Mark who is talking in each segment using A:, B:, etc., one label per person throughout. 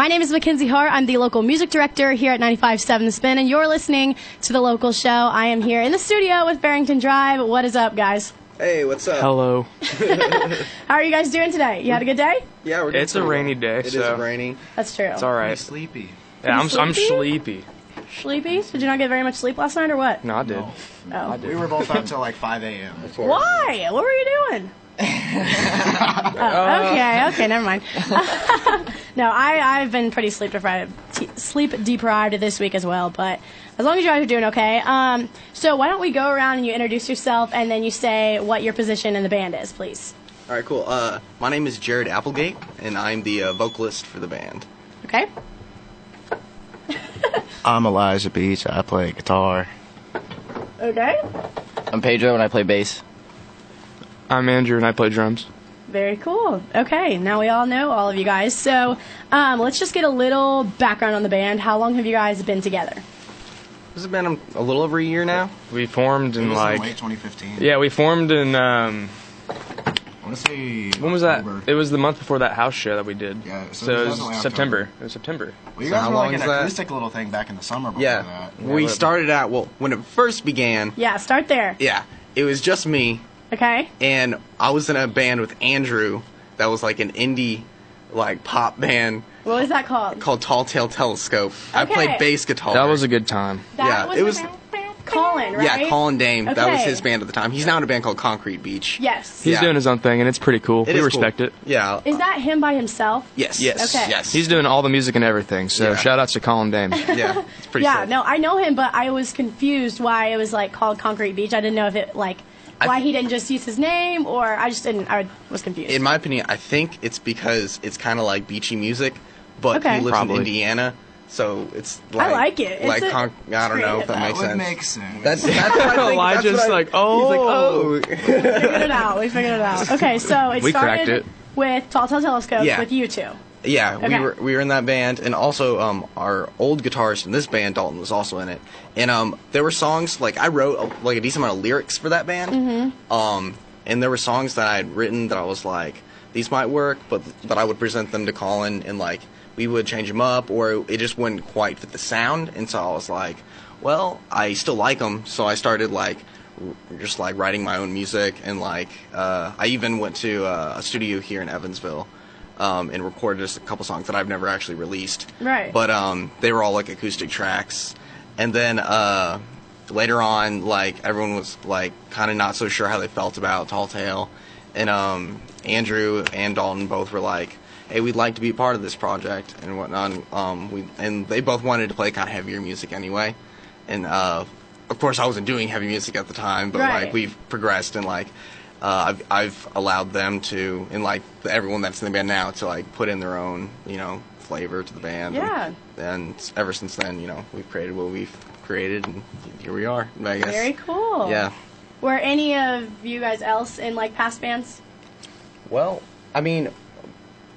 A: My name is Mackenzie Hart. I'm the local music director here at 95.7 The Spin, and you're listening to The Local Show. I am here in the studio with Barrington Drive. What is up, guys?
B: Hey, what's up?
C: Hello.
A: How are you guys doing today? You had a good day?
B: Yeah, we're doing
C: It's a
B: pretty
C: rainy
B: well.
C: day,
B: It is
C: so-
B: rainy.
A: That's true.
C: It's all
D: I'm
C: right.
D: sleepy.
C: Yeah, I'm, I'm
A: sleepy?
C: sleepy.
A: Sleepy? Did you not get very much sleep last night or what? Oh.
C: No, I did.
A: No.
D: We were both up till like 5 a.m.
B: For-
A: Why? What were you doing? oh, okay, okay, never mind. no, I, I've been pretty sleep deprived, t- sleep deprived this week as well, but as long as you guys are doing okay. Um, so why don't we go around and you introduce yourself and then you say what your position in the band is, please.
B: All right, cool. Uh, my name is Jared Applegate, and I'm the uh, vocalist for the band.
A: Okay?
E: I'm Elijah Beach. I play guitar.
A: Okay.
F: I'm Pedro and I play bass.
C: I'm Andrew and I play drums.
A: Very cool. Okay, now we all know all of you guys. So um, let's just get a little background on the band. How long have you guys been together?
B: This has been um, a little over a year now.
C: We formed
D: It
C: in
D: was
C: like
D: in late 2015.
C: yeah, we formed in um
D: I want to say.
C: when was that?
D: October.
C: It was the month before that house show that we did.
D: Yeah, so
C: so,
D: it
C: it
D: was
C: was
D: definitely
C: September.
D: October.
C: It was September.
D: Well, you
B: So
D: guys
B: how
D: were
B: long
D: like
B: is
D: an
B: that?
D: acoustic little thing back in the summer before
B: Yeah,
D: that.
B: we started out well when it first began.
A: Yeah, start there.
B: Yeah, it was just me,
A: Okay?
B: and I was in a band with Andrew that was like an indie, like pop band
A: What is that called?
B: called Tall Tale Telescope. I
A: Okay.
B: played bass guitar.
C: That was a good time.
A: That
B: yeah,
A: was
B: it
A: the
B: was-
A: band? Colin, right?
B: yeah, Colin Dame. That was
A: Okay.
B: his band at the time. He's now in a band called Concrete Beach.
A: Yes.
C: He's
B: Yeah.
C: doing his own thing and it's pretty cool.
B: It
C: we
B: is
C: respect
B: cool.
C: it.
B: Yeah.
A: Is that him by himself?
B: yes.
C: Yes.
A: Okay.
B: Yes.
C: He's doing all the music and everything. So
B: Yeah.
C: shout outs to Colin Dame.
B: yeah. It's pretty.
A: Yeah,
B: sick.
A: no, I know him, but I was confused why it was like called Concrete Beach. I didn't know if it like why he didn't just use his name, or I just didn't. I was confused.
B: In my opinion, I think it's because it's kind of like beachy music, but
A: Okay.
B: he lives
C: Probably.
B: in Indiana, so it's like
A: like it. It's
B: like
A: a-
B: conc- I don't know if that,
A: That
B: makes
D: would
B: sense.
D: make sense.
B: That's, that's what I think,
C: Elijah's
B: that's what I-
C: like,
B: he's
C: "Oh."
B: like, oh,
A: we figured it out. We figured it out. Okay, so it
C: We
A: started
C: cracked it.
A: with Tall Tale Telescope
B: Yeah.
A: with you two.
B: yeah.
A: Okay.
B: We were we were in that band, and also um, our old guitarist in this band, Dalton, was also in it, and um, there were songs like I wrote a, like a decent amount of lyrics for that band,
A: Mm-hmm.
B: um, and there were songs that I had written that I was like, these might work, but but I would present them to Colin, and like we would change them up, or it just wouldn't quite fit the sound, and so I was like, well, I still like them, so I started like r- just like writing my own music, and like uh, I even went to uh, a studio here in Evansville. Um, and recorded just a couple songs that I've never actually released.
A: Right.
B: But um, they were all like acoustic tracks. And then uh, later on, like everyone was like kind of not so sure how they felt about Tall Tale, and um, Andrew and Dalton both were like, "Hey, we'd like to be part of this project and whatnot." And, Um, we and they both wanted to play kind of heavier music anyway, and uh, of course I wasn't doing heavy music at the time, but
A: Right.
B: like we've progressed and like. Uh, I've, I've allowed them to, and like everyone that's in the band now, to like put in their own, you know, flavor to the band. and-
A: Yeah.
B: and s- ever since then, you know, we've created what we've created, and here we are. I guess.
A: Very cool.
B: Yeah.
A: Were any of you guys else in like past bands?
B: Well, I mean,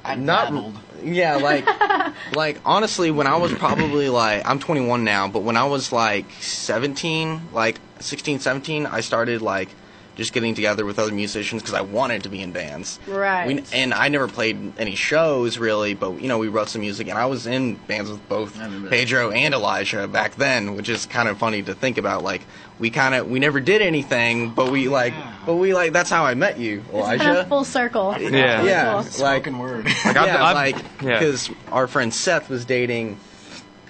D: I
B: not.
D: dabbled.
B: Yeah, like, like honestly, when I was probably like, I'm 21 now, but when I was like 17, like 16, 17, I started like just getting together with other musicians because I wanted to be in bands.
A: Right.
B: We, and I never played any shows really, but you know, we wrote some music, and I was in bands with both
D: I remember that.
B: Pedro and Elijah back then, which is kind of funny to think about. Like, we kind of we never did anything, but we like,
D: yeah.
B: but we like that's how I met you, Elijah.
A: Kind of full circle.
C: Yeah.
A: Really
B: Yeah.
A: cool.
B: Like-
D: Spoken word.
C: I've-
B: yeah,
C: I've-
B: like
C: yeah.
B: because our friend Seth was dating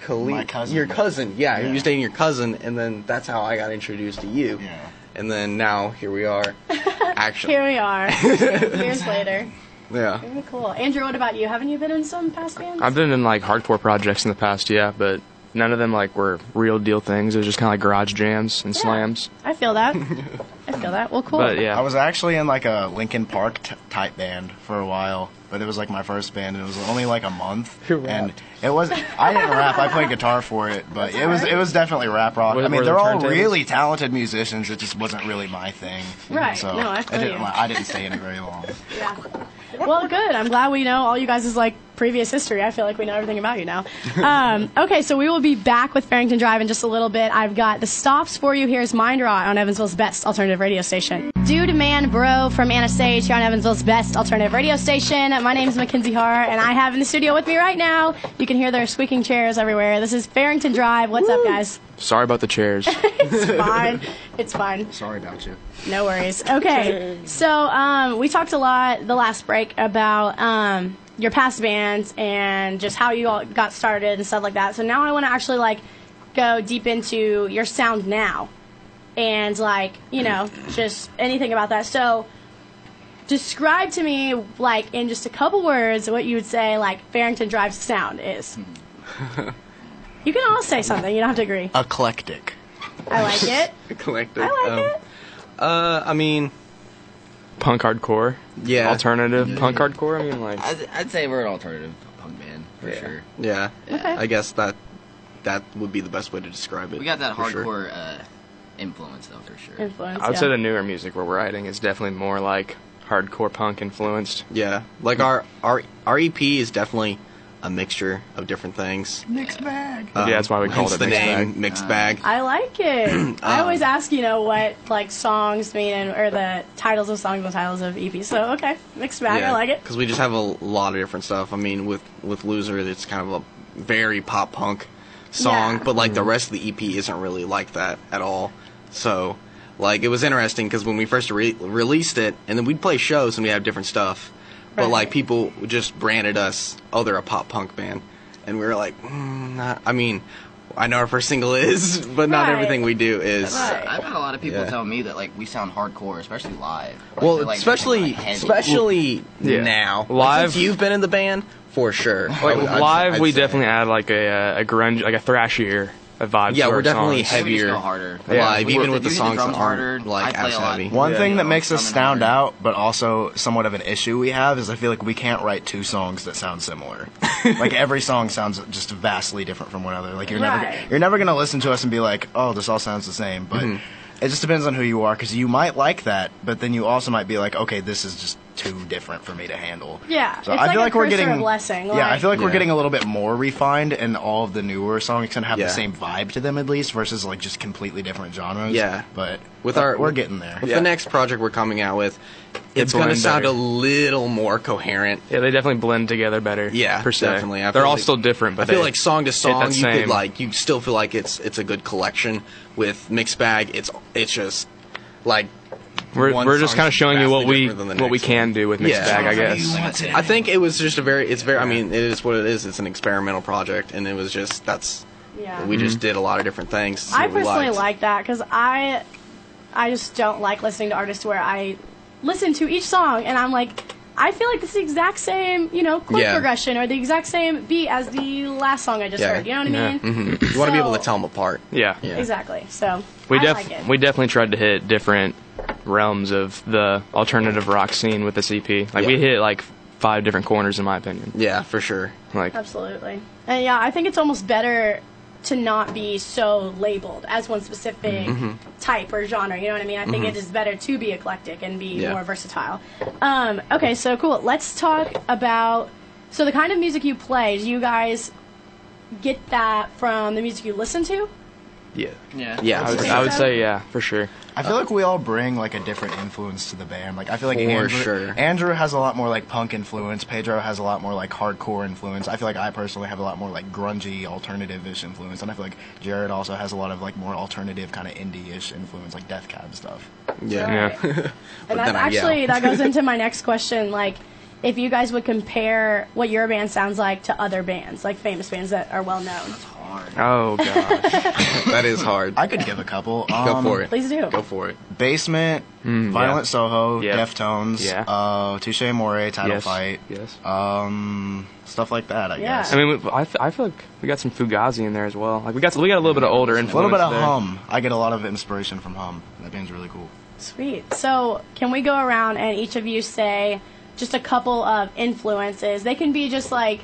B: Khalid,
D: My cousin.
B: your cousin. Yeah, he
D: Yeah.
B: was dating your cousin, and then that's how I got introduced to you.
D: Yeah.
B: And then now here we are. Actually,
A: Here we are, years later.
B: yeah.
A: Very cool. Andrew, what about you? Haven't you been in some past bands?
C: I've been in like hardcore projects in the past, yeah, but none of them like were real deal things. It was just kind of like garage jams and slams.
A: I feel that. I feel that. Well, cool.
C: But yeah,
D: I was actually in like a Linkin Park t- type band for a while, but it was like my first band, and it was only like a month. and it was I didn't rap. I played guitar for it, but it was it was definitely rap rock.
C: Were-
D: I mean,
C: were
D: they're
C: there
D: all
C: turntables?
D: really talented musicians. It just wasn't really my thing.
A: Right.
D: So
A: No, I feel
D: didn't.
A: you.
D: I didn't stay in it very long.
A: Yeah. Well, good. I'm glad we know all you guys' like previous history. I feel like we know everything about you now. Um, okay, so we will be back with Farrington Drive in just a little bit. I've got the stops for you. Here's Mind Rot on Evansville's best alternative radio station. Dude, man, bro from Anastage here on Evansville's best alternative radio station. My name's Mackenzie Har, and I have in the studio with me right now. You can hear their squeaking chairs everywhere. This is Farrington Drive. What's up, guys?
C: Sorry about the chairs.
A: It's fine. It's fine.
D: Sorry about you.
A: No worries. Okay. So um, we talked a lot the last break about um, your past bands and just how you all got started and stuff like that. So now I want to actually like go deep into your sound now and like you know just anything about that. So describe to me like in just a couple words what you would say like Farrington Drive's sound is.
C: Hmm.
A: you can all say something. You don't have to agree.
C: Uh,
D: Eclectic.
A: I like it.
B: Collective.
A: I
C: um,
A: like it.
B: Um, Uh, I mean,
C: punk hardcore.
B: Yeah.
C: Alternative punk hardcore. I mean, like
F: I'd, I'd say we're an alternative punk band for sure.
B: yeah.
A: Okay.
B: I guess that that would be the best way to describe it.
F: We got that
B: for sure.
F: hardcore uh, influence though for sure.
A: Influence.
C: I would
A: yeah.
C: say the newer music we're writing is definitely more like hardcore punk influenced.
B: Yeah, like our our our EP is definitely a mixture of different things.
D: Mixed bag.
B: Um,
C: that's why we called
B: hence
C: it
B: the
C: mixed
B: name
C: bag.
B: mixed bag.
A: I like it.
B: Um,
A: I always ask, you know, what like songs mean and or the titles of songs and titles of EPs. So okay, mixed bag. I like it.
B: because we just have a lot of different stuff. I mean, with with Loser, it's kind of a very pop punk song,
A: Yeah.
B: but like the rest of the EP isn't really like that at all. So, like, it was interesting because when we first re- released it, and then we'd play shows and we have different stuff, but
A: Right.
B: like people just branded us, oh, they're a pop punk band, and we were like, mm, not, I mean, I know our first single is, but not
A: Right.
B: everything we do is.
A: Right.
F: I've had a lot of people
B: Yeah.
F: tell me that like we sound hardcore, especially live. Like,
B: Well,
F: they're, like,
B: especially
F: like, heavy.
B: especially
C: Yeah.
B: now.
C: Live-
B: since you've been in the band for sure.
C: Like
B: I would- I'd-
C: live,
B: I'd
C: we
B: say.
C: definitely add like a, a grunge, like a thrashier a vibe.
B: Yeah,
C: to
B: we're
C: our
B: definitely
C: songs.
F: Maybe we just
B: heavier
F: go harder.
C: Yeah,
B: live,
C: we're-
B: even with the
F: usually
B: songs that
F: drums
B: aren't
F: harder.
B: like
F: I play
B: as
F: a lot.
B: heavy.
D: One
F: Yeah,
D: thing
F: you
D: that
F: know,
D: makes us
F: something
D: stand
F: hard.
D: out, but also somewhat of an issue we have, is I feel like we can't write two songs that sound similar. like every song sounds just vastly different from one another. Like you're
A: Right. Mm-hmm.
D: never you're never gonna listen to us and be like, oh, this all sounds the same. But it just depends on who you are, because you might like that, but then you also might be like, okay, this is just too different for me to handle.
A: Yeah,
D: So
A: it's
D: I
A: like
D: feel
A: a
D: like we're
A: cursor
D: getting
A: of blessing,
D: Yeah, I
A: like-
D: feel like we're
B: Yeah.
D: getting a little bit more refined, and all of the newer songs kind of have
B: Yeah.
D: the same vibe to them at least, versus like just completely different genres.
B: Yeah.
D: but
B: With our-
D: we're getting there.
B: With the next project we're coming out with, it's
C: blend
B: going to sound a
C: better.
B: little more coherent.
C: Yeah, they definitely blend together better.
B: Yeah,
C: per se.
B: definitely. I
C: They're
B: feel
C: all
B: like-
C: still different, but
B: I feel
C: they
B: like song to
C: hit that
B: song, you could
C: same-
B: like you still feel like it's it's a good collection. With mixed bag, it's it's just like
C: We're,
B: one
C: we're just
B: song
C: kind of showing you what
B: vastly
C: we
B: different than the
C: what we
B: next
C: can do with mixed
B: Yeah.
C: bag, I guess.
B: I think it was just a very it's very I mean it is what it is. It's an experimental project, and it was just that's
A: Yeah.
B: we
C: Mm-hmm.
B: just did a lot of different things.
A: I
B: that we
A: personally
B: liked.
A: like that because I, I just don't like listening to artists where I listen to each song and I'm like, I feel like it's the exact same, you know, chord
B: Yeah.
A: progression or the exact same beat as the last song I just
B: Yeah. Mm-hmm.
A: heard. You know what I
C: Yeah.
A: mean?
B: you want to be
A: so-
B: able to tell them apart.
C: Yeah.
B: Yeah.
A: Exactly. So
C: We
A: I
C: def
A: like it.
C: we definitely tried to hit different realms of the alternative rock scene with this EP. Like we
B: Yeah.
C: hit like five different corners in my opinion.
B: Yeah, for sure.
C: Like
A: Absolutely. And yeah, I think it's almost better to not be so labeled as one specific type or genre. You know what I mean? I think it is better to be eclectic and be
B: Yeah.
A: more versatile. Um, okay, so cool. Let's talk about so the kind of music you play. Do you guys get that from the music you listen to?
C: yeah.
F: Yeah.
B: Yeah,
C: I
B: for
C: would,
B: sure.
C: I would say yeah, for sure.
D: I feel like we all bring like a different influence to the band. Like I feel like
B: For
D: Andrew,
B: sure.
D: Andrew has a lot more like punk influence. Pedro has a lot more like hardcore influence. I feel like I personally have a lot more like grungy alternative-ish influence, and I feel like Jared also has a lot of like more alternative kind of indie-ish influence, like Death Cab stuff.
B: yeah.
C: Yeah.
A: And
B: But
A: that's
B: then I yell.
A: actually that goes into my next question. Like, if you guys would compare what your band sounds like to other bands, like famous bands that are well known,
C: Oh god.
B: That is hard.
D: I could give a couple. Um,
B: Go for it. Mm,
A: please do.
B: Go for it.
D: Basement, Violent Soho,
C: Yeah.
D: Deftones,
C: Yeah.
D: uh, Touche Amore, Title
C: yes.
D: Fight, Uh,
C: Yes.
D: um, stuff like that. I
A: Yeah.
D: guess.
C: I mean, we, I, th- I feel like we got some Fugazi in there as well. Like we got we got a little bit of older influence.
D: a little bit of
C: there.
D: hum. I get a lot of inspiration from hum. That band's really cool.
A: Sweet. So, can we go around and each of you say just a couple of influences? They can be just like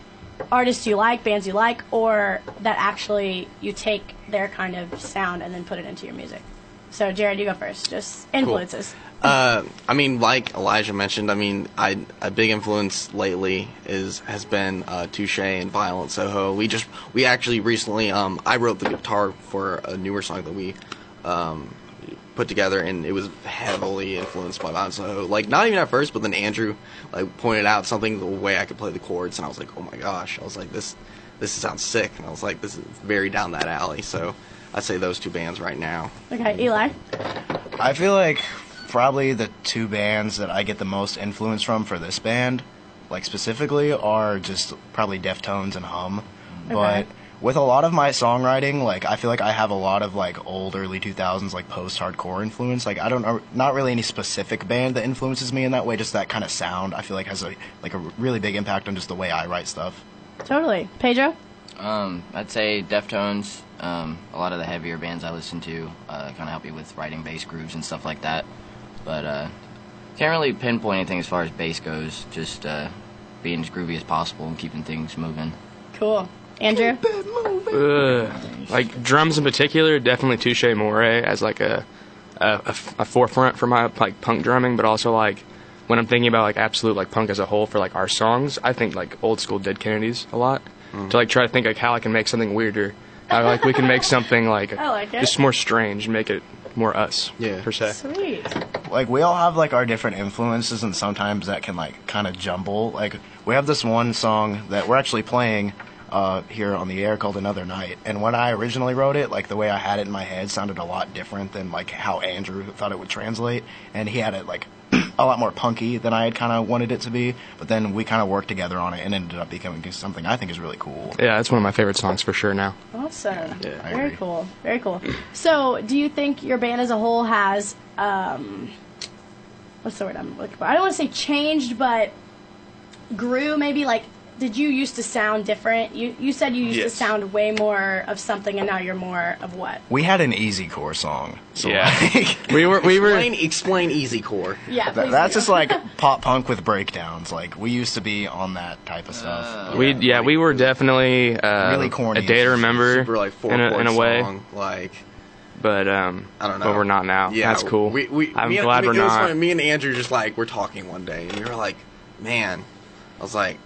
A: artists you like, bands you like, or that actually you take their kind of sound and then put it into your music. So Jared, you go first. Just influences.
B: Uh, I mean, like Elijah mentioned, I mean, I a big influence lately is has been uh, Touche and Violent Soho. We just we actually recently um, I wrote the guitar for a newer song that we um, put together, and it was heavily influenced by Violent Soho. Like not even at first, but then Andrew like pointed out something the way I could play the chords, and I was like, oh my gosh! I was like this this sounds sick, and I was like this is very down that alley. So I'd say those two bands right now.
A: Okay, Eli.
D: I feel like probably the two bands that I get the most influence from for this band, like specifically, are just probably Deftones and Hum.
A: Okay.
D: But with a lot of my songwriting, like I feel like I have a lot of like old early 2000s like post-hardcore influence. Like I don't know, not really any specific band that influences me in that way. Just that kind of sound, I feel like has a like a really big impact on just the way I write stuff.
A: Totally. Pedro.
F: Um, I'd say Deftones. Um, a lot of the heavier bands I listen to uh, kind of help you with writing bass grooves and stuff like that. But uh, can't really pinpoint anything as far as bass goes. Just uh, being as groovy as possible and keeping things moving.
A: Cool. Andrew.
C: Ugh. Like drums in particular, definitely Touche More as like a, a, a f- a forefront for my like punk drumming, but also like when I'm thinking about like absolute like punk as a whole for like our songs, I think like old school Dead Kennedys a lot to like try to think like how I can make something weirder, how like we can make something like,
A: I like it.
C: just more strange and make it more us
B: Yeah.
C: per se.
A: Sweet.
D: like we all have like our different influences and sometimes that can like kind of jumble like we have this one song that we're actually playing uh, here on the air called another night and when i originally wrote it like the way i had it in my head sounded a lot different than like how andrew thought it would translate and he had it like a lot more punky than i had kind of wanted it to be but then we kind of worked together on it and ended up becoming something i think is really cool
C: Yeah, that's one of my favorite songs for sure now.
A: Awesome.
D: I
A: Very
D: agree.
A: cool. Very cool. So, do you think your band as a whole has um, what's the word I'm looking for? I don't want to say changed, but grew maybe like. Did you used to sound different? You you said you used
C: Yes.
A: to sound way more of something, and now you're more of what?
D: we had an easy core song so
C: yeah,
D: like,
C: we were we were
B: Explain, explain Easy Core.
A: Yeah,
D: Th-
A: please
D: that's
A: do.
D: just like pop punk with breakdowns. Like we used to be on that type of stuff.
C: we yeah we were definitely uh,
D: Really corny.
C: a day to remember
B: super like four
C: in a, in a way.
B: song. Like
C: but um,
B: I don't know.
C: But we're not now.
B: Yeah,
C: that's cool.
B: We, we,
C: I'm
B: me and-
C: glad
B: me-
C: we're
B: it was
C: not.
B: funny. Me and Andrew just like we're talking one day, and we were like, "Man," I was like,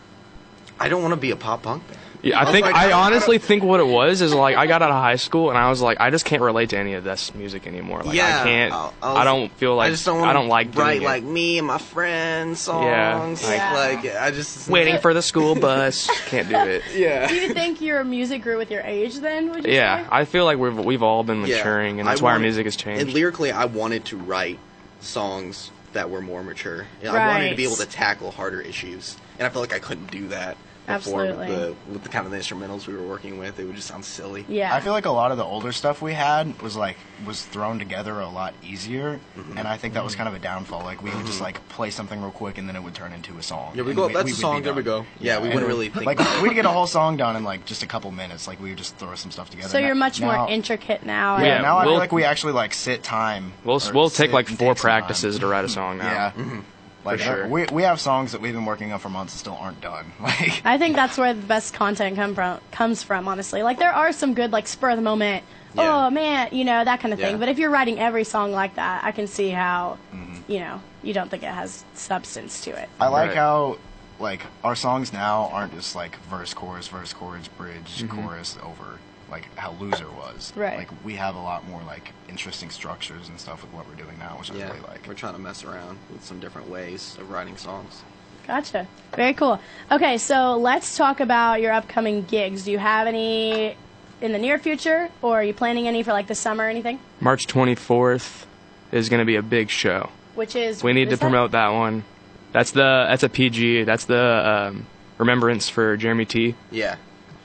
B: "I don't want to be a pop punk." band."
C: Yeah, I
B: was
C: think
B: like,
C: I
B: don't-
C: honestly think what it was is like I got out of high school and I was like I just can't relate to any of this music anymore. Like
B: yeah,
C: I can't. I,
B: was-
C: don't feel like
B: I just don't.
C: I
B: wanna
C: don't like doing
B: write
C: it.
B: like me and my friends
C: Yeah,
B: songs.
C: like-
A: Yeah.
B: Like, I just
C: waiting for the school bus. can't do it.
A: Do
B: Yeah,
A: you think your music grew with your age? Then would you
C: Yeah,
A: say?
C: I feel like we've we've all been
B: Yeah.
C: maturing and
B: I
C: that's why our
B: wanted-
C: music has
B: And
C: changed.
B: lyrically, I wanted to write songs that were more mature. Yeah, I wanted to be
A: Right.
B: able to tackle harder issues, and I felt like I couldn't do that before with
A: Absolutely.
B: the with the kind of the instrumentals we were working with. It would just sound silly.
A: yeah.
D: I feel like a lot of the older stuff we had was like was thrown together a lot easier,
B: Mm-hmm.
D: and I think that was kind of a downfall. Like we would just like play something real quick, and then it would turn into a song.
B: Yeah, we
D: And
B: go. that's
D: we'd
B: a
D: be
B: song. There we
D: done.
B: go. Yeah, we
D: And
B: wouldn't really think.
D: Like we'd get a whole song done in like just a couple minutes. Like we would just throw some stuff together.
A: so
D: And
A: you're
D: that-
A: much
D: now-
A: more intricate now.
D: Yeah,
A: and-
C: Yeah,
D: now I
C: we'll-
D: feel like we actually like sit time.
C: We'll
D: or
C: we'll take
D: sit
C: like
D: and
C: four
D: take some time.
C: practices to write a song now.
D: Yeah. Mm-hmm. Like uh,
C: For sure.
D: we we have songs that we've been working on for months and still aren't done. Like
A: I think that's where the best content come from, comes from, honestly. Like, there are some good, like, spur of the moment,
B: Yeah.
A: oh, man, you know, that kind of thing.
B: Yeah.
A: But if you're writing every song like that, I can see how,
B: Mm-hmm.
A: you know, you don't think it has substance to it.
D: I like
C: Right.
D: how like our songs now aren't just like verse chorus verse chorus bridge chorus over like how loser was.
A: Right.
D: Like we have a lot more like interesting structures and stuff with what we're doing now, which I
B: yeah,
D: really like.
B: we're trying to mess around with some different ways of writing songs.
A: Gotcha. Very cool. Okay, so let's talk about your upcoming gigs. Do you have any in the near future, or are you planning any for, like, the summer or anything?
C: March 24th is going to be a big show.
A: Which is.
C: We
A: is
C: need to
A: that-
C: promote that one. That's the that's a PG. That's the um, remembrance for Jeremy T.
B: Yeah,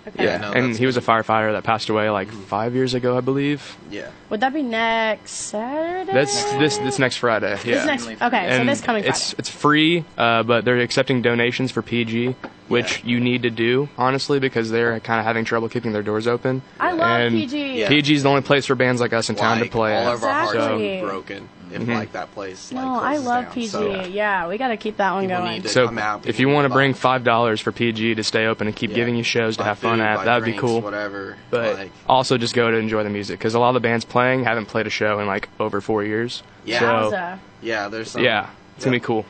A: Okay.
B: Yeah, no.
C: and
B: that's Mm-hmm.
C: he was a firefighter that passed away like five years ago, I believe.
B: yeah.
A: Would that be next Saturday?
C: That's this this next Friday. Yeah.
A: This next, okay, so
C: And
A: this coming Friday.
C: it's it's free, uh, but they're accepting donations for PG. which you need to do honestly because they're kind of having trouble keeping their doors open.
A: I love
C: and
A: PG.
B: Yeah.
C: PG is the only place for bands like us in town to
B: Like,
C: play. Mm-hmm.
B: All
C: at.
B: of our hearts
A: Exactly.
B: would be broken if like that place.
A: No,
B: like,
A: I
B: closes
A: love
B: down.
A: PG.
B: So,
A: yeah. we got to keep that one
B: People
A: going.
B: need to
C: So
B: come out.
C: if
B: people
C: you
B: need
C: want to
B: buy-
C: bring five dollars for PG to stay open and keep
B: yeah,
C: giving you shows to
B: buy
C: have fun
B: food,
C: at,
B: buy
C: that would be
B: drinks,
C: cool.
B: Whatever.
C: But
B: like,
C: also just go to enjoy the music because a lot of the bands playing haven't played a show in like over four years.
B: Yeah.
C: So,
A: Wowza.
B: yeah, there's some,
C: yeah, it's gonna be cool.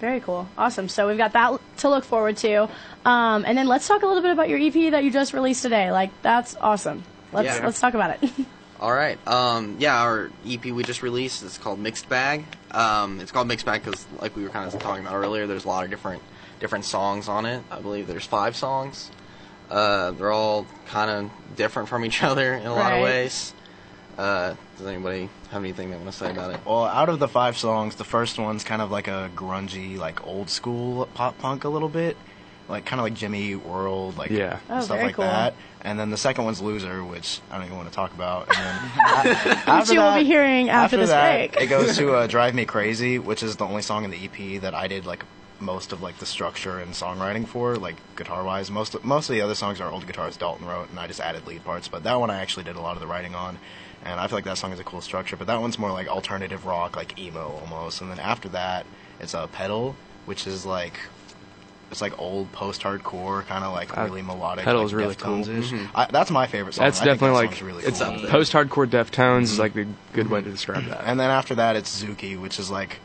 A: Very cool. Awesome. So we've got that to look forward to. Um, and then let's talk a little bit about your EP that you just released today. Like that's awesome. Let's
B: Yeah.
A: let's talk about it.
B: All right. Um, yeah, our EP we just released is called Mixed Bag. Um, it's called Mixed Bag because, like we were kind of talking about earlier, there's a lot of different different songs on it. I believe there's five songs. Uh, they're all kind of different from each other in a lot
A: Right.
B: of ways. Uh, does anybody have anything they want to say about it?
D: Well, out of the five songs, the first one's kind of like a grungy, like old school pop punk a little bit, like kind of like Jimmy Eat World, like
C: Yeah.
A: Oh,
D: stuff
A: very
D: like
A: cool.
D: that. And then the second one's Loser, which I don't even want to talk about. And then a- after
A: you will be hearing after this
D: that,
A: break.
D: it goes to uh, Drive Me Crazy, which is the only song in the EP that I did like most of like the structure and songwriting for, like guitar wise. Most most of the other songs are old guitars Dalton wrote, and I just added lead parts. But that one I actually did a lot of the writing on, and I feel like that song is a cool structure. But that one's more like alternative rock, like emo almost. And then after that, it's a uh, pedal, which is like. It's like old post-hardcore, kind of like really melodic.
C: Pedal's
D: like
C: Uh, really cool. Mm-hmm.
D: Deftones-ish. I, that's my favorite song.
C: That's
D: I think that
C: definitely
D: song's
C: like
D: really
B: it's
D: cool.
B: up there.
C: Post-hardcore Deftones is like the good way to describe that.
D: And then after that, it's Zuki, which is like,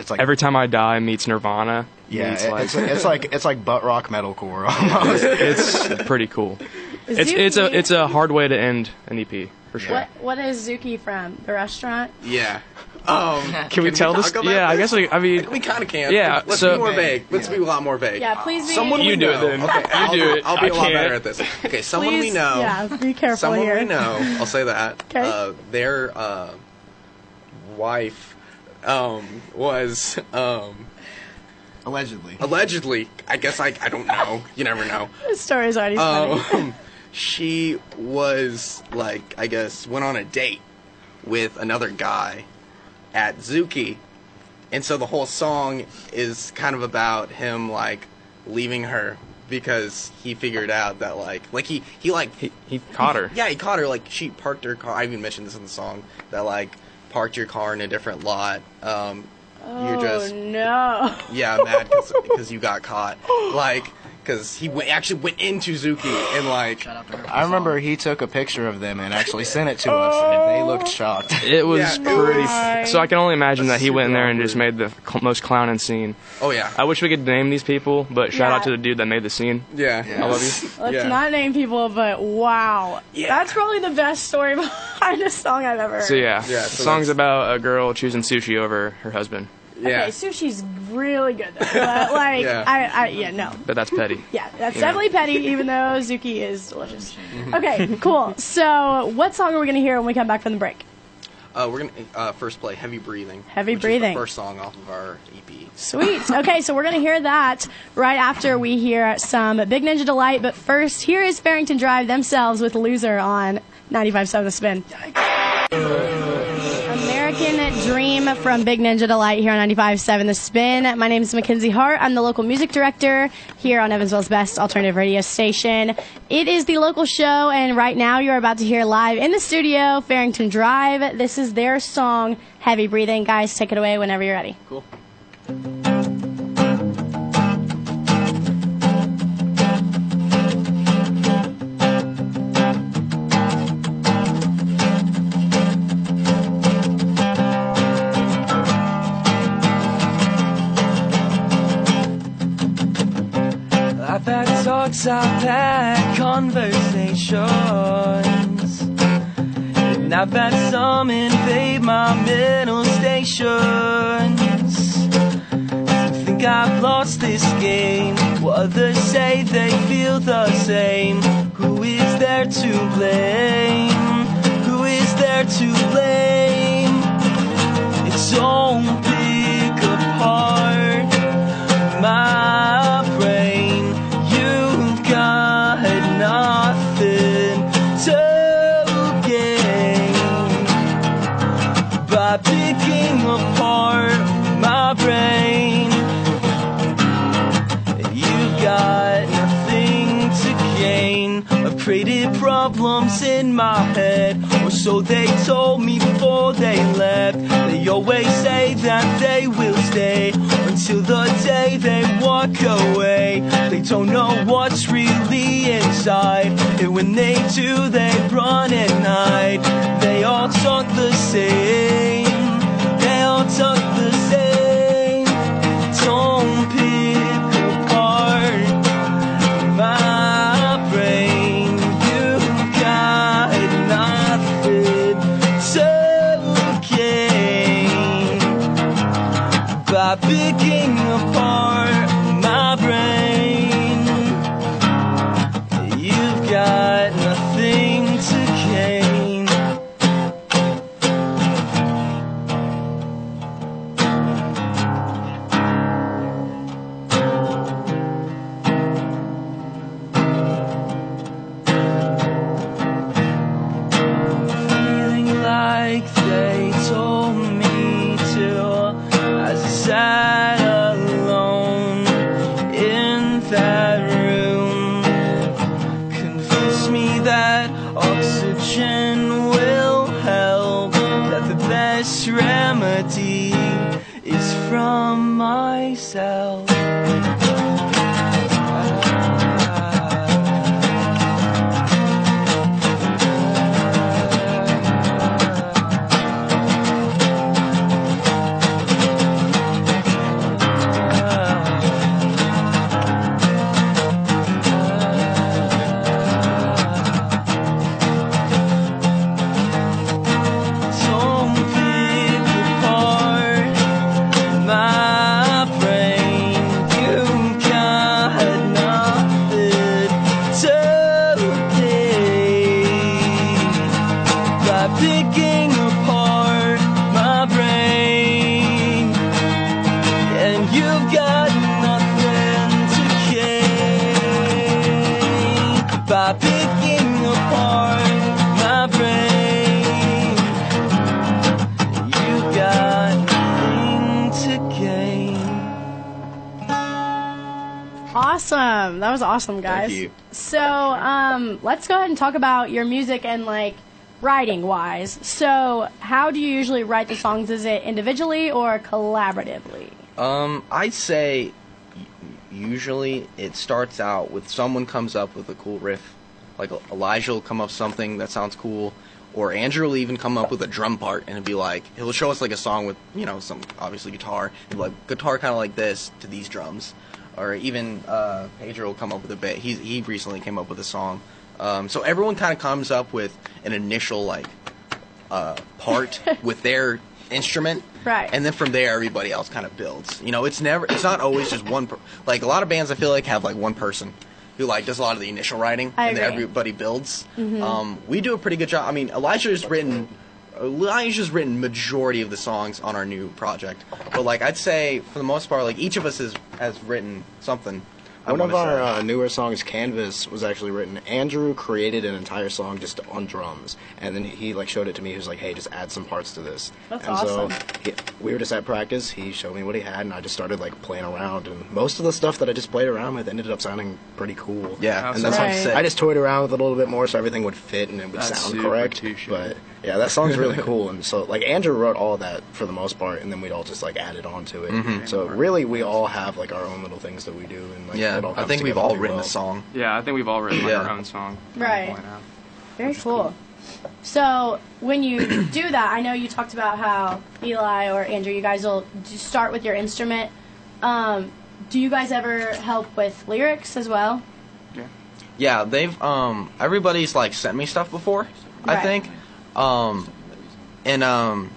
D: it's like
C: Every time I die meets Nirvana.
D: yeah,
C: meets,
D: it-
C: like,
D: it's, it's like it's like butt rock metalcore almost.
C: it's pretty cool. It's it's a it's a hard way to end an EP for sure.
A: what what is Zuki from the restaurant?
B: Yeah. Um,
C: Can we tell
B: talk
C: this?
B: about
C: Yeah, I
B: this?
C: guess like, I mean
B: we kind of can.
C: Yeah,
B: Let's
C: so-
B: be more vague. Let's be a lot more vague.
A: Yeah, please be.
B: Someone
C: You
B: we
C: do it
B: know.
C: then.
B: Okay,
C: You
B: I'll,
C: do it.
B: I'll be
C: I
B: a lot
C: can't.
B: better at this. Okay, someone
A: please,
B: we know.
A: Yeah, be careful
B: someone
A: here.
B: we know. I'll say that.
A: 'Kay.
B: Uh, their uh, wife um, was um,
D: Allegedly,
B: allegedly. I guess I I don't know. You never know.
A: This story is already funny.
B: Um, she was like I guess went on a date with another guy at Zuki, and so the whole song is kind of about him like leaving her because he figured out that like like he he like
C: he, he caught her.
B: yeah, he caught her. Like she parked her car. I even mentioned this in the song that like parked your car in a different lot. Um,
A: oh
B: you're just
A: no.
B: yeah mad because you got caught. Like because he went, actually went into Zuki and like
F: Shout out to her for
D: I
F: the
D: remember
F: song.
D: he took a picture of them and actually sent it to us, and they looked shocked.
C: It was
B: Yeah, it
C: pretty.
B: was-
A: Fine.
C: so I can only imagine
B: That's
C: that he went in
B: super
C: there and just made the cl- most clowning scene.
B: oh yeah
C: I wish we could name these people, but shout out
A: Yeah.
C: to the dude that made the scene.
B: yeah.
C: I love you.
A: Let's
B: Yeah.
A: not name people, but wow,
B: Yeah.
A: that's probably the best story behind a song I've ever heard.
C: So yeah,
B: Yeah, so
C: the song's
B: that's-
C: about a girl choosing sushi over her husband,
B: Yeah.
A: Okay, sushi's really good, though, but like,
B: Yeah.
A: I, I, yeah, no,
C: but that's petty.
A: yeah, that's definitely petty, even though Zuki is delicious. Okay, cool. So, what song are we gonna hear when we come back from the break?
B: Uh, we're gonna uh, first play heavy breathing.
A: Heavy
B: which is the
A: Breathing.
B: first song off of our E EP.
A: Sweet. Okay, so we're gonna hear that right after we hear some Big Ninja Delight. But first, here is Farrington Drive themselves with "Loser" on 95.7 The Spin. American Dream from Big Ninja Delight here on 95.7 The Spin. My name is Mackenzie Hart. I'm the local music director here on Evansville's best alternative radio station. It is the local show, and right now you're about to hear live in the studio Farrington Drive. This is their song, Heavy Breathing. Guys, take it away whenever you're ready.
B: Cool.
G: I've had talks, I've had conversations. And I've had some invade my mental stations. I think I've lost this game. What others say, they feel the same. Who is there to blame? Who is there to blame? It's all big apart my brain. You've got nothing to gain by picking apart my brain. You've created problems in my head. Or so they told me before they left. They always say that they will stay until the day they walk away. They don't know what's really inside. And when they do, they run and hide. They all talk the same. They all talk the same. Don't pick apart my brain. You got nothing to gain by picking apart my brain. You've got nothing to gain. feeling like they told me to as I sat alone in that room. Convinced me that oxygen will help, that the best remedy is from myself. Don't pick apart my brain. You got nothing to gain by picking apart my brain, and you've got nothing to gain by picking apart my brain. You got nothing to gain.
A: Awesome. That was awesome, guys.
B: you.
A: So, um, let's go ahead and talk about your music and like writing wise. So, how do you usually write the songs? Is it individually or collaboratively?
B: Um, I'd say y- usually it starts out with someone comes up with a cool riff, like El- Elijah will come up with something that sounds cool, or Andrew will even come up with a drum part and it'd be like he'll show us like a song with you know some obviously guitar, and like guitar kind of like this to these drums, or even uh, Pedro will come up with a bit. He he recently came up with a song, um, so everyone kind of comes up with an initial like uh, part with their instrument.
A: Right.
B: And then from there, everybody else kind of builds. You know, it's never, it's not always just one. Per- like a lot of bands, I feel like have like one person who like does a lot of the initial writing,
A: I
B: and then
A: agree. Mm-hmm.
B: everybody builds. Um, we do a pretty good job. I mean, Elijah's written, Elijah's written majority of the songs on our new project. But like, I'd say for the most part, like each of us has has written something. I
D: One of
B: wanna
D: our
B: say.
D: uh, newer songs, Canvas, was actually written. Andrew created an entire song just on drums, and then he like showed it to me. He was like, "Hey, just add some parts to this."
A: That's
D: and
A: awesome.
D: so he, we were just at practice. He showed me what he had, and I just started like playing around. And most of the stuff that I just played around with ended up sounding pretty cool.
B: yeah,
D: and that's
A: Right.
D: what I'm saying. I just toyed around with it a little bit more, so everything would fit and it would
C: That's
D: sound
C: super
D: correct.
C: touche.
D: But yeah, that song's really cool. And so like Andrew wrote all that for the most part, and then we'd all just like added on to it. So really, we all have like our own little things that we do, and like it
B: yeah.
D: all
B: I
D: comes
B: think we've
D: together
B: all
D: pretty
B: written
D: well.
B: a song.
C: Yeah, I think we've all written like, our
B: Yeah.
C: own song.
A: Right. Very cool. So when you do that, I know you talked about how Eli or Andrew, you guys will d- start with your instrument. Um, do you guys ever help with lyrics as well?
B: Yeah, they've um everybody's like sent me stuff before, I
A: Right.
B: think. Um and um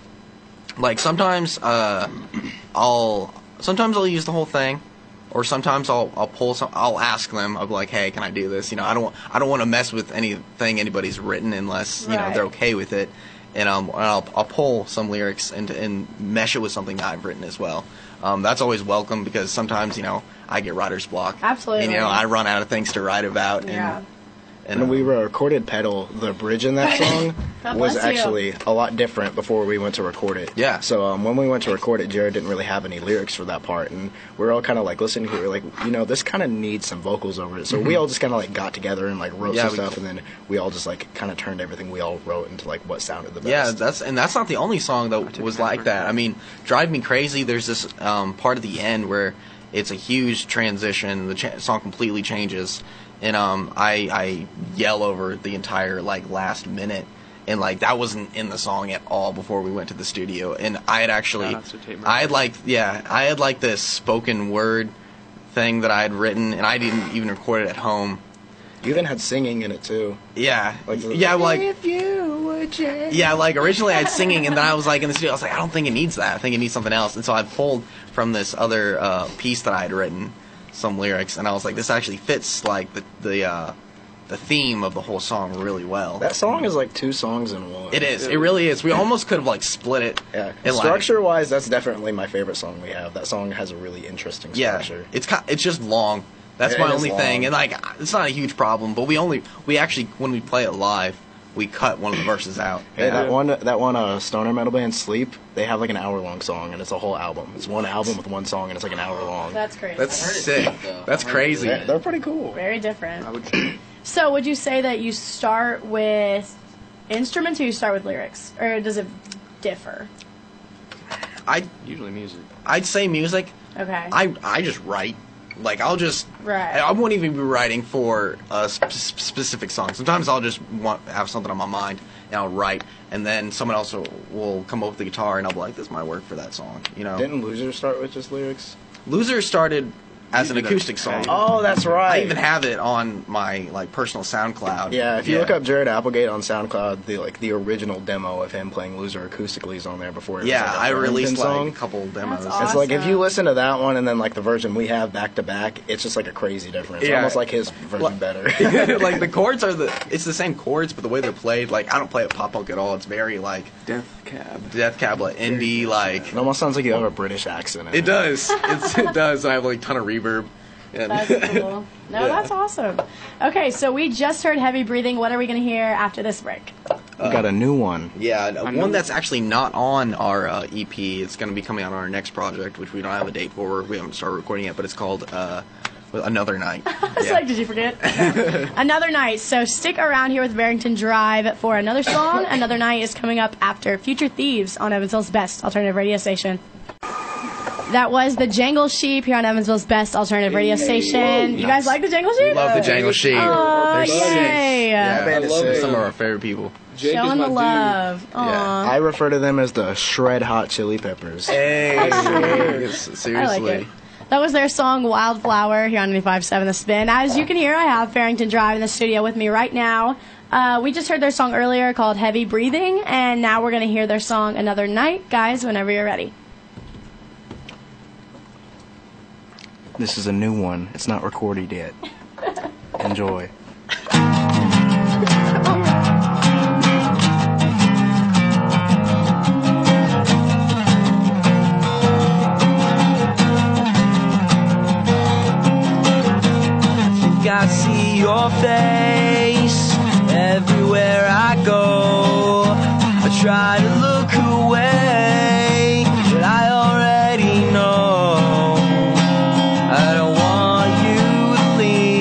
B: like sometimes uh I'll sometimes I'll use the whole thing or sometimes I'll I'll pull some I'll ask them I'll be like, "Hey, can I do this?" You know, I don't I don't want to mess with anything anybody's written unless, you know,
A: Right.
B: they're okay with it. And um and I'll I'll pull some lyrics and and mesh it with something that I've written as well. Um, that's always welcome because sometimes, you know, I get writer's block. And, you
A: Absolutely.
B: know, I run out of things to write about and And,
D: when
B: uh,
D: we were recorded pedal the bridge in that song
A: God
D: was
A: bless you.
D: actually a lot different before we went to record it
B: Yeah.
D: so um, when we went to record it jared didn't really have any lyrics for that part and we were all kind of like listening to it we were like you know this kind of needs some vocals over it so we all just kind of like got together and like
B: Mm-hmm.
D: wrote
B: Yeah,
D: some
B: we-
D: stuff and then we all just like kind of turned everything we all wrote into like what sounded the best
B: Yeah, that's and that's not the only song that was like that. I mean, "Drive Me Crazy." There's this um, part at the end where it's a huge transition. The cha- song completely changes, and um, I I yell over the entire like last minute, and like that wasn't in the song at all before we went to the studio. And I had actually,
C: Shout out to Tate
B: I had like yeah, I had like this spoken word thing that I had written, and I didn't even record it at home.
D: you even had singing in it too
B: Yeah,
D: Like the-
B: yeah, like
D: if you were Jared.
B: yeah, like originally I had singing, and then I was like in the studio, I was like, I don't think it needs that. I think it needs something else. And so I pulled from this other uh, piece that I had written some lyrics, and I was like, this actually fits like the the uh, the theme of the whole song really well.
D: that song is like two songs in one
B: it is. It really is. We almost could have like split it.
D: Yeah.
B: and, like-
D: structure wise, that's definitely my favorite song we have. That song has a really interesting
B: yeah.
D: structure.
B: It's ki- it's just long. That's
D: It
B: my
D: is
B: only thing,
D: long.
B: and like it's not a huge problem. But we only we actually when we play it live, we cut one of the verses out.
D: Hey, that one that one uh, stoner metal band Sleep, they have like an hour long song and it's a whole album. It's one album with one song and it's like an hour long.
A: That's crazy.
B: That's
F: heard it,
B: sick.
F: though.
B: That's
F: I heard it.
B: crazy.
D: They're, they're pretty cool.
A: very different. So, would you say that you start with instruments or you start with lyrics, or does it differ?
B: I
C: Usually music.
B: I'd say music.
A: Okay.
B: I I just write. Like I'll just
A: Right.
B: I won't even be writing for a sp- specific song. Sometimes I'll just want have something on my mind and I'll write, and then someone else will, will come up with the guitar and I'll be like, "This might work for that song." You know,
D: Didn't Loser start with just lyrics?
B: "Loser" started as an
C: did that.
B: acoustic song.
D: Oh, that's right.
B: I even have it on my like personal SoundCloud.
D: yeah, if you look up Jared Applegate on SoundCloud, the like the original demo of him playing Loser acoustically is on there before. It was,
B: yeah,
D: like, a
B: I
D: Burlington
B: released
D: song.
B: like a couple demos.
A: awesome.
D: It's like if you listen to that one and then like the version we have back to back, it's just like a crazy difference.
B: Yeah.
D: Almost like his version
B: Well-
D: better.
B: like the chords are the it's the same chords, but the way they're played, like I don't play it pop punk at all. It's very like
C: Death Cab.
B: death cab, like indie, like
D: It almost sounds like you have a British accent. in
B: It does. It's, it does. I have like a ton of reverb. And
A: That's cool. No, that's awesome. Okay, so we just heard heavy breathing. What are we going to hear after this break?
D: We got a new one.
B: yeah, no,
C: know-
B: one that's actually not on our uh, EP. It's going to be coming on our next project, which we don't have a date for. We haven't started recording yet, but it's called uh, Another Night.
A: It's like, did you forget? another night. So stick around here with Barrington Drive for another song. another night is coming up after Future Thieves on Evansville's Best Alternative Radio Station. That was the Jangle Sheep here on Evansville's Best Alternative Radio Station. you guys
B: Nice.
A: like the Jangle Sheep?
B: Love the Jangle Sheep.
A: Oh,
B: They're sick.
A: yay.
B: Yeah,
D: band is
B: they're
D: sick.
B: some of our favorite people.
C: Jake
A: Showing the love. Aw.
D: I refer to them as the shred hot chili peppers.
B: Hey, seriously.
A: I like it. That was their song Wildflower here on 95.7 The Spin. As you can hear, I have Farrington Drive in the studio with me right now. Uh, we just heard their song earlier called Heavy Breathing, and now we're going to hear their song Another Night. Guys, whenever you're ready.
E: This is a new one. It's not recorded yet. Enjoy.
G: think I see your face everywhere I go. I try to look away, but I already know. I don't want you to leave.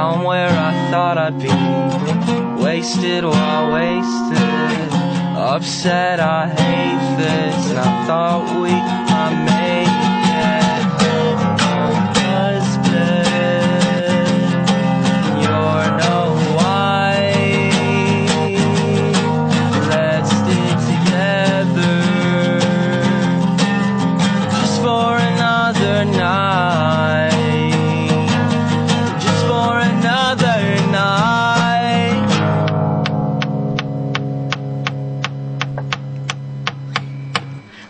G: I be? Wasted while wasted, upset I hate this, and I thought we I made it. Husband. You're no wife. Let's stick together just for another night. Just for another night.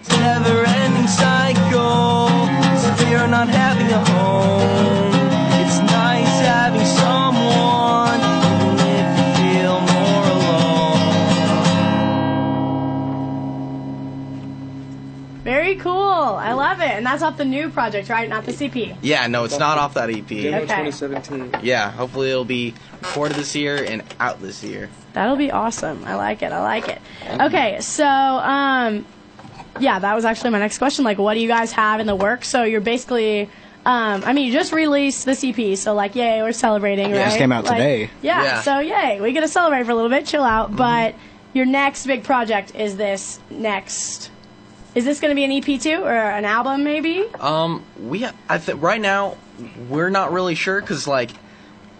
G: It's a never ending cycle. So fear of not having a home. It's nice having someone, even if you feel more alone.
A: Very cool. I love it. And that's off the new project, right? Not the CP.
B: Yeah, no, it's not off that E EP.
A: Okay.
H: January 2017.
B: Yeah, hopefully it'll be recorded this year and out this year.
A: That'll be awesome. I like it. I like it. Okay, so um, yeah, that was actually my next question. Like, what do you guys have in the works? So you're basically, um, I mean, you just released the CP, so like, yay, we're celebrating, right?
D: just came out
A: Like,
D: today. Mm-hmm.
A: Yeah,
B: Yeah.
A: So yay, we get to celebrate for a little bit, chill out. But your next big project is this next. Is this going to be an EP too, or an album maybe?
B: Um, we ha- I think right now we're not really sure because like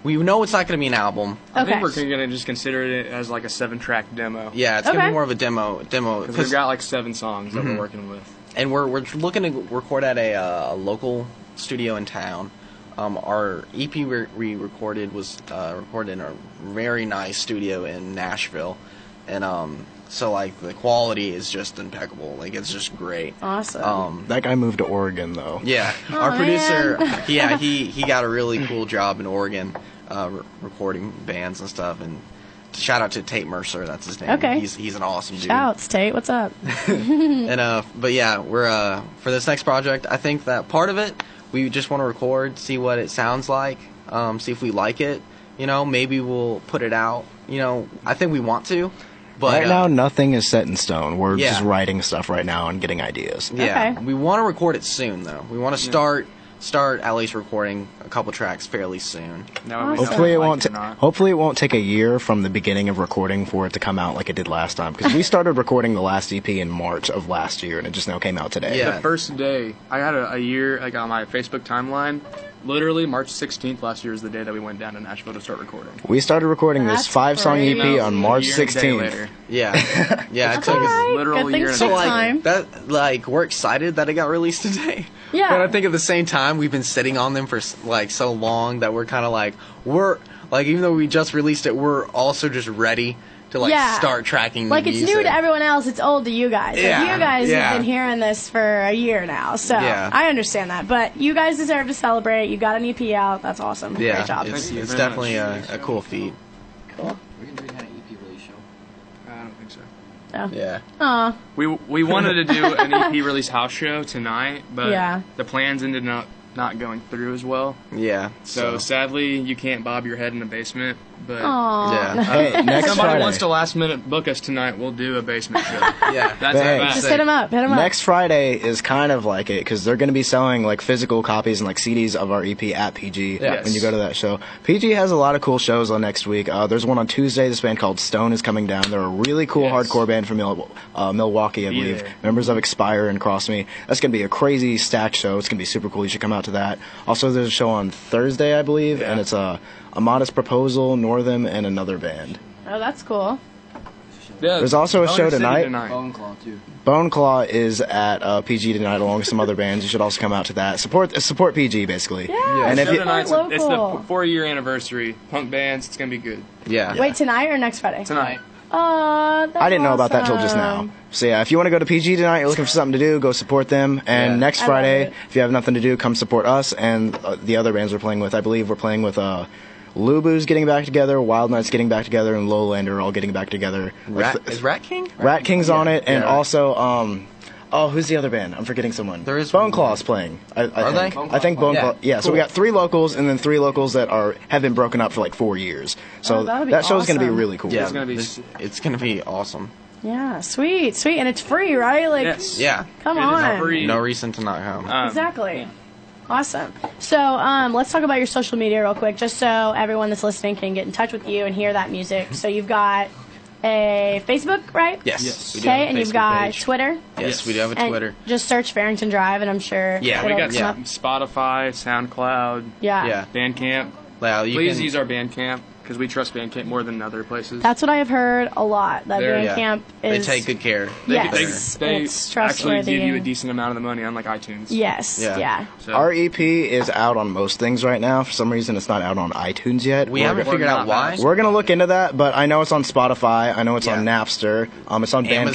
B: we know it's not going to be an album.
C: I think
A: Okay.
C: we're gonna just consider it as like a seven-track demo.
B: Yeah, it's gonna
A: Okay.
B: be more of a demo demo
C: because we've got like seven songs that
D: Mm-hmm.
C: we're working with.
B: and we're we're looking to record at a uh, local studio in town. Um, our EP we, we recorded was uh, recorded in a very nice studio in Nashville, and um, so like the quality is just impeccable. Like it's just great.
A: Awesome.
B: Um,
D: That guy moved to Oregon though.
B: yeah, our
A: Aw,
B: producer, yeah, he he got a really
A: Mm.
B: cool job in Oregon, uh, re- recording bands and stuff. And shout out to Tate Mercer, that's his name.
A: Okay. Mm.
B: he's he's an awesome dude.
A: Shouts, Oh, Tate. What's up?
B: And uh, but yeah, we're uh for this next project, I think that part of it we just want to record, see what it sounds like, um, see if we like it. You know, maybe we'll put it out. You know, I think we want to, but
D: Right
B: uh,
D: now, nothing is set in stone. We're
B: Yeah.
D: just writing stuff right now and getting ideas.
B: Yeah,
A: Okay.
B: we want to record it soon though. We want to start start at least recording a couple tracks fairly soon.
C: Now we know if
D: Hopefully
C: we
D: it
C: like
D: won't.
C: or
D: ta-
C: not.
D: hopefully it won't take a year from the beginning of recording for it to come out like it did last time because we started recording the last EP in March of last year and it just now came out today.
B: Yeah.
C: the first day I had a, a year like on my Facebook timeline. Literally March 16th last year is the day that we went down to Nashville to start recording.
D: We started recording
A: That's
D: this five song EP
A: crazy.
D: on March
C: A year and a day
D: 16th.
C: later.
B: Yeah, yeah. it
A: That's
B: took
A: all
B: us-
A: right.
C: literal
A: Good things
C: year and a
A: take
C: half.
B: like
A: time.
B: that like we're excited that it got released today
A: Yeah.
B: but i think at the same time we've been sitting on them for like so long that we're kind of like we're like even though we just released it we're also just ready to like
A: Yeah.
B: start tracking the
A: Like it's new
B: music.
A: to everyone else, it's old to you guys. Like,
B: Yeah,
A: you guys
B: yeah.
A: have been hearing this for a year now, so
B: Yeah.
A: I understand that. But you guys deserve to celebrate. You got an EP out. That's awesome.
B: yeah
A: Great job.
B: it's,
C: Thank you
B: it's
C: very
B: definitely a,
C: much.
B: a cool feat
F: We're gonna do an EP release show.
C: I don't think so.
B: yeah
A: Aw.
C: We we wanted to do an EP release house show tonight, but
A: Yeah.
C: the plans ended up not going through as well.
B: yeah
C: So sadly, you can't bob your head in the basement. But
A: Aw.
B: yeah
D: Hey,
C: if
D: next
C: somebody wants to
D: Friday.
C: last minute book us tonight, we'll do a basement show.
B: Uh, yeah
C: That's
D: Hey.
C: a fact.
A: Just hit him up. Hit him
D: Next Friday is kind of like it because they're going to be selling like physical copies and like CDs of our EP at PG
C: Yes.
D: when you go to that show. PG has a lot of cool shows on next week. Uh, there's one on Tuesday. This band called Stone is coming down. They're a really cool
C: Yes.
D: hardcore band from Mil- uh, Milwaukee, I
C: Be
D: believe.
C: there.
D: Members of Expire and Cross Me. That's going to be a crazy stacked show. It's going to be super cool. You should come out to that. Also, there's a show on Thursday, I believe, and it's uh, a modest proposal, Northern, and another band.
A: up. Oh, that's cool.
C: Yeah,
D: There's also a
C: Boner
D: show
C: City
D: tonight.
F: Bone Claw too.
D: Bone Claw is at uh, PG tonight, along with some other bands. You should also come out to that. Support uh, support PG, basically.
A: Yeah,
D: And if
C: Show
D: you,
C: tonight's-
A: Local.
C: it's the four year anniversary. Punk bands. It's gonna be good
B: yeah
A: Wait, tonight or next Friday?
C: tonight.
A: Aw, that's
D: I didn't know about that till just now.
A: awesome.
D: So yeah, if you want to go to PG tonight, you're looking for something to do, go support them. And
B: Yeah.
D: next
A: I love
D: Friday,
A: it.
D: if you have nothing to do, come support us and uh, the other bands we're playing with. I believe we're playing with. Uh, Lubu's getting back together, Wild Knights getting back together, and Lowlander are all getting back together.
B: Rat,
D: Like, th-
B: is Rat King?
D: Rat King's on it, and
B: Yeah.
D: also, um, oh, who's the other band? I'm forgetting someone.
B: There is
D: Bone
B: one.
D: Claw's playing. I, I
B: Are
D: think.
B: they?
D: I think Bone
B: Yeah,
D: Claw. Yeah. So we
B: cool.
D: got three locals, and then three locals that are have been broken up for like four years. So
A: Oh, that'll be
D: that show's gonna be
A: awesome.
D: really cool.
B: Yeah,
C: It's gonna be-
B: this- it's gonna be awesome.
A: Yeah, sweet, sweet, and it's free, right? Like,
C: Yes.
B: Yeah,
A: come
C: It is
A: on.
C: free.
B: no reason to not come.
C: Um,
A: Exactly. Awesome. So um, let's talk about your social media real quick, just so everyone that's listening can get in touch with you and hear that music. So you've got a Facebook, right?
B: Mm-hmm. Yes.
I: Yes.
B: We do have
A: Okay,
B: a
A: and you've
B: Facebook
A: got
B: page.
A: Twitter.
B: Yes, we do have a
A: And
B: Twitter.
A: Just search Farrington Drive, and I'm sure.
B: Yeah, we
A: it'll
C: We got
A: come
B: yeah.
A: up.
C: Spotify, SoundCloud,
A: Yeah.
B: Yeah.
C: Bandcamp.
B: Well, you
C: Please
B: can-
C: use our Bandcamp because we trust Bandcamp more than other places.
A: That's what I have heard a lot. That
C: There,
A: Bandcamp
B: yeah.
A: camp
B: They
A: is.
B: take good care. They
A: Yes.
B: get
C: they
B: better.
C: they
A: It's
C: actually
A: trustworthy
C: give you a
A: and-
C: decent amount of the money, unlike iTunes.
A: Yes.
B: Yeah.
A: Yeah.
C: So-
D: Our EP is out on most things right now. For some reason, it's not out on iTunes yet.
B: We
D: We're
B: haven't
D: gonna-
B: figured out
C: not
B: why.
C: bad.
D: We're gonna look into that, but I know it's on Spotify. I know it's on
B: Yeah.
D: Napster. Um, it's on
B: Amazon,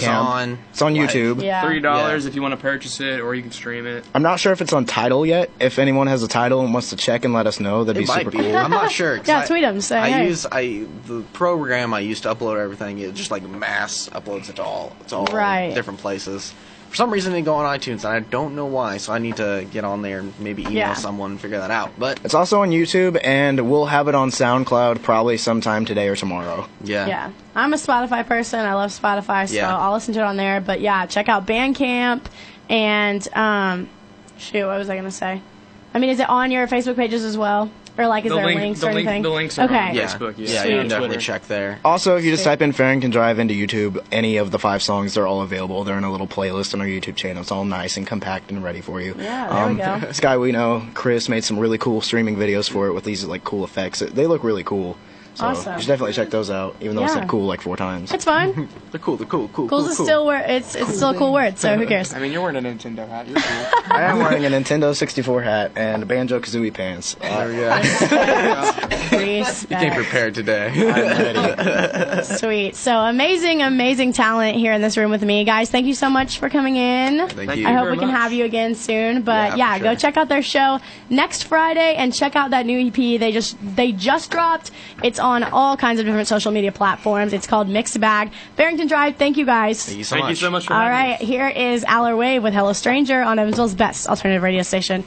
D: Bandcamp. It's on
B: like-
D: YouTube.
A: Yeah.
C: Three dollars
B: Yeah.
C: if you want to purchase it, or you can stream it.
D: I'm not sure if it's on title yet. If anyone has a title and wants to check and let us know, that'd
B: It
D: be
B: might
D: super
B: be.
D: cool.
B: I'm not sure. 'cause
A: Yeah,
B: I-
A: tweet 'em, say,
B: I
A: hey.
B: use I the program I use to upload everything. It just like mass uploads it to all. It's all
A: Right.
B: different places. For some reason, it didn't go on iTunes, and I don't know why. So I need to get on there and maybe email
A: Yeah.
B: someone and figure that out. But
D: It's also on YouTube, and we'll have it on SoundCloud probably sometime today or tomorrow.
B: yeah,
A: Yeah. I'm a Spotify person. I love Spotify, so
B: Yeah.
A: I'll listen to it on there. But yeah, check out Bandcamp and um, shoot, what was I gonna say? I mean, is it on your Facebook pages as well, or like is
C: The
A: there
C: link-
A: links
C: the
A: or
C: link-
A: anything?
C: the links are on
A: okay.
B: yeah,
C: Facebook, yeah.
B: yeah,
A: Sweet.
B: you can definitely
C: Twitter.
B: check there.
D: Also, if you just
A: Sweet.
D: type in Farrington Drive into YouTube, any of the five songs, they're all available. They're in a little playlist on our YouTube channel. It's all nice and compact and ready for you.
A: Yeah, there we go.
D: Sky, we know Chris made some really cool streaming videos for it with these like cool effects. It- They look really cool. So
A: Awesome.
D: you should definitely check those out, even though I
A: Yeah.
D: said cool like four times.
A: It's fine.
B: They're cool. They're cool. Cool.
A: Cool's
B: cool.
A: is
B: cool.
A: still word. It's it's still a cool word. So who cares?
C: I mean, you're wearing a Nintendo hat. You're cool.
D: I am wearing a Nintendo 64 hat and Banjo Kazooie pants.
B: There we go.
A: Respect.
B: Came prepared today.
A: Sweet. So amazing, amazing talent here in this room with me, guys. Thank you so much for coming in.
B: Thank you.
A: I
C: you
A: hope
C: very
A: we can
C: much.
A: have you again soon. But
B: Yeah,
A: yeah,
B: for
A: go
B: sure.
A: check out their show next Friday and check out that new EP they just they just dropped. It's on all kinds of different social media platforms. It's called Mixed Bag. Barrington Drive. Thank you guys.
B: Thank you so
C: Thank
B: much.
C: you so much for
A: all
C: having me.
A: right, here is Aller Wave with Hello Stranger on Evansville's best alternative radio station.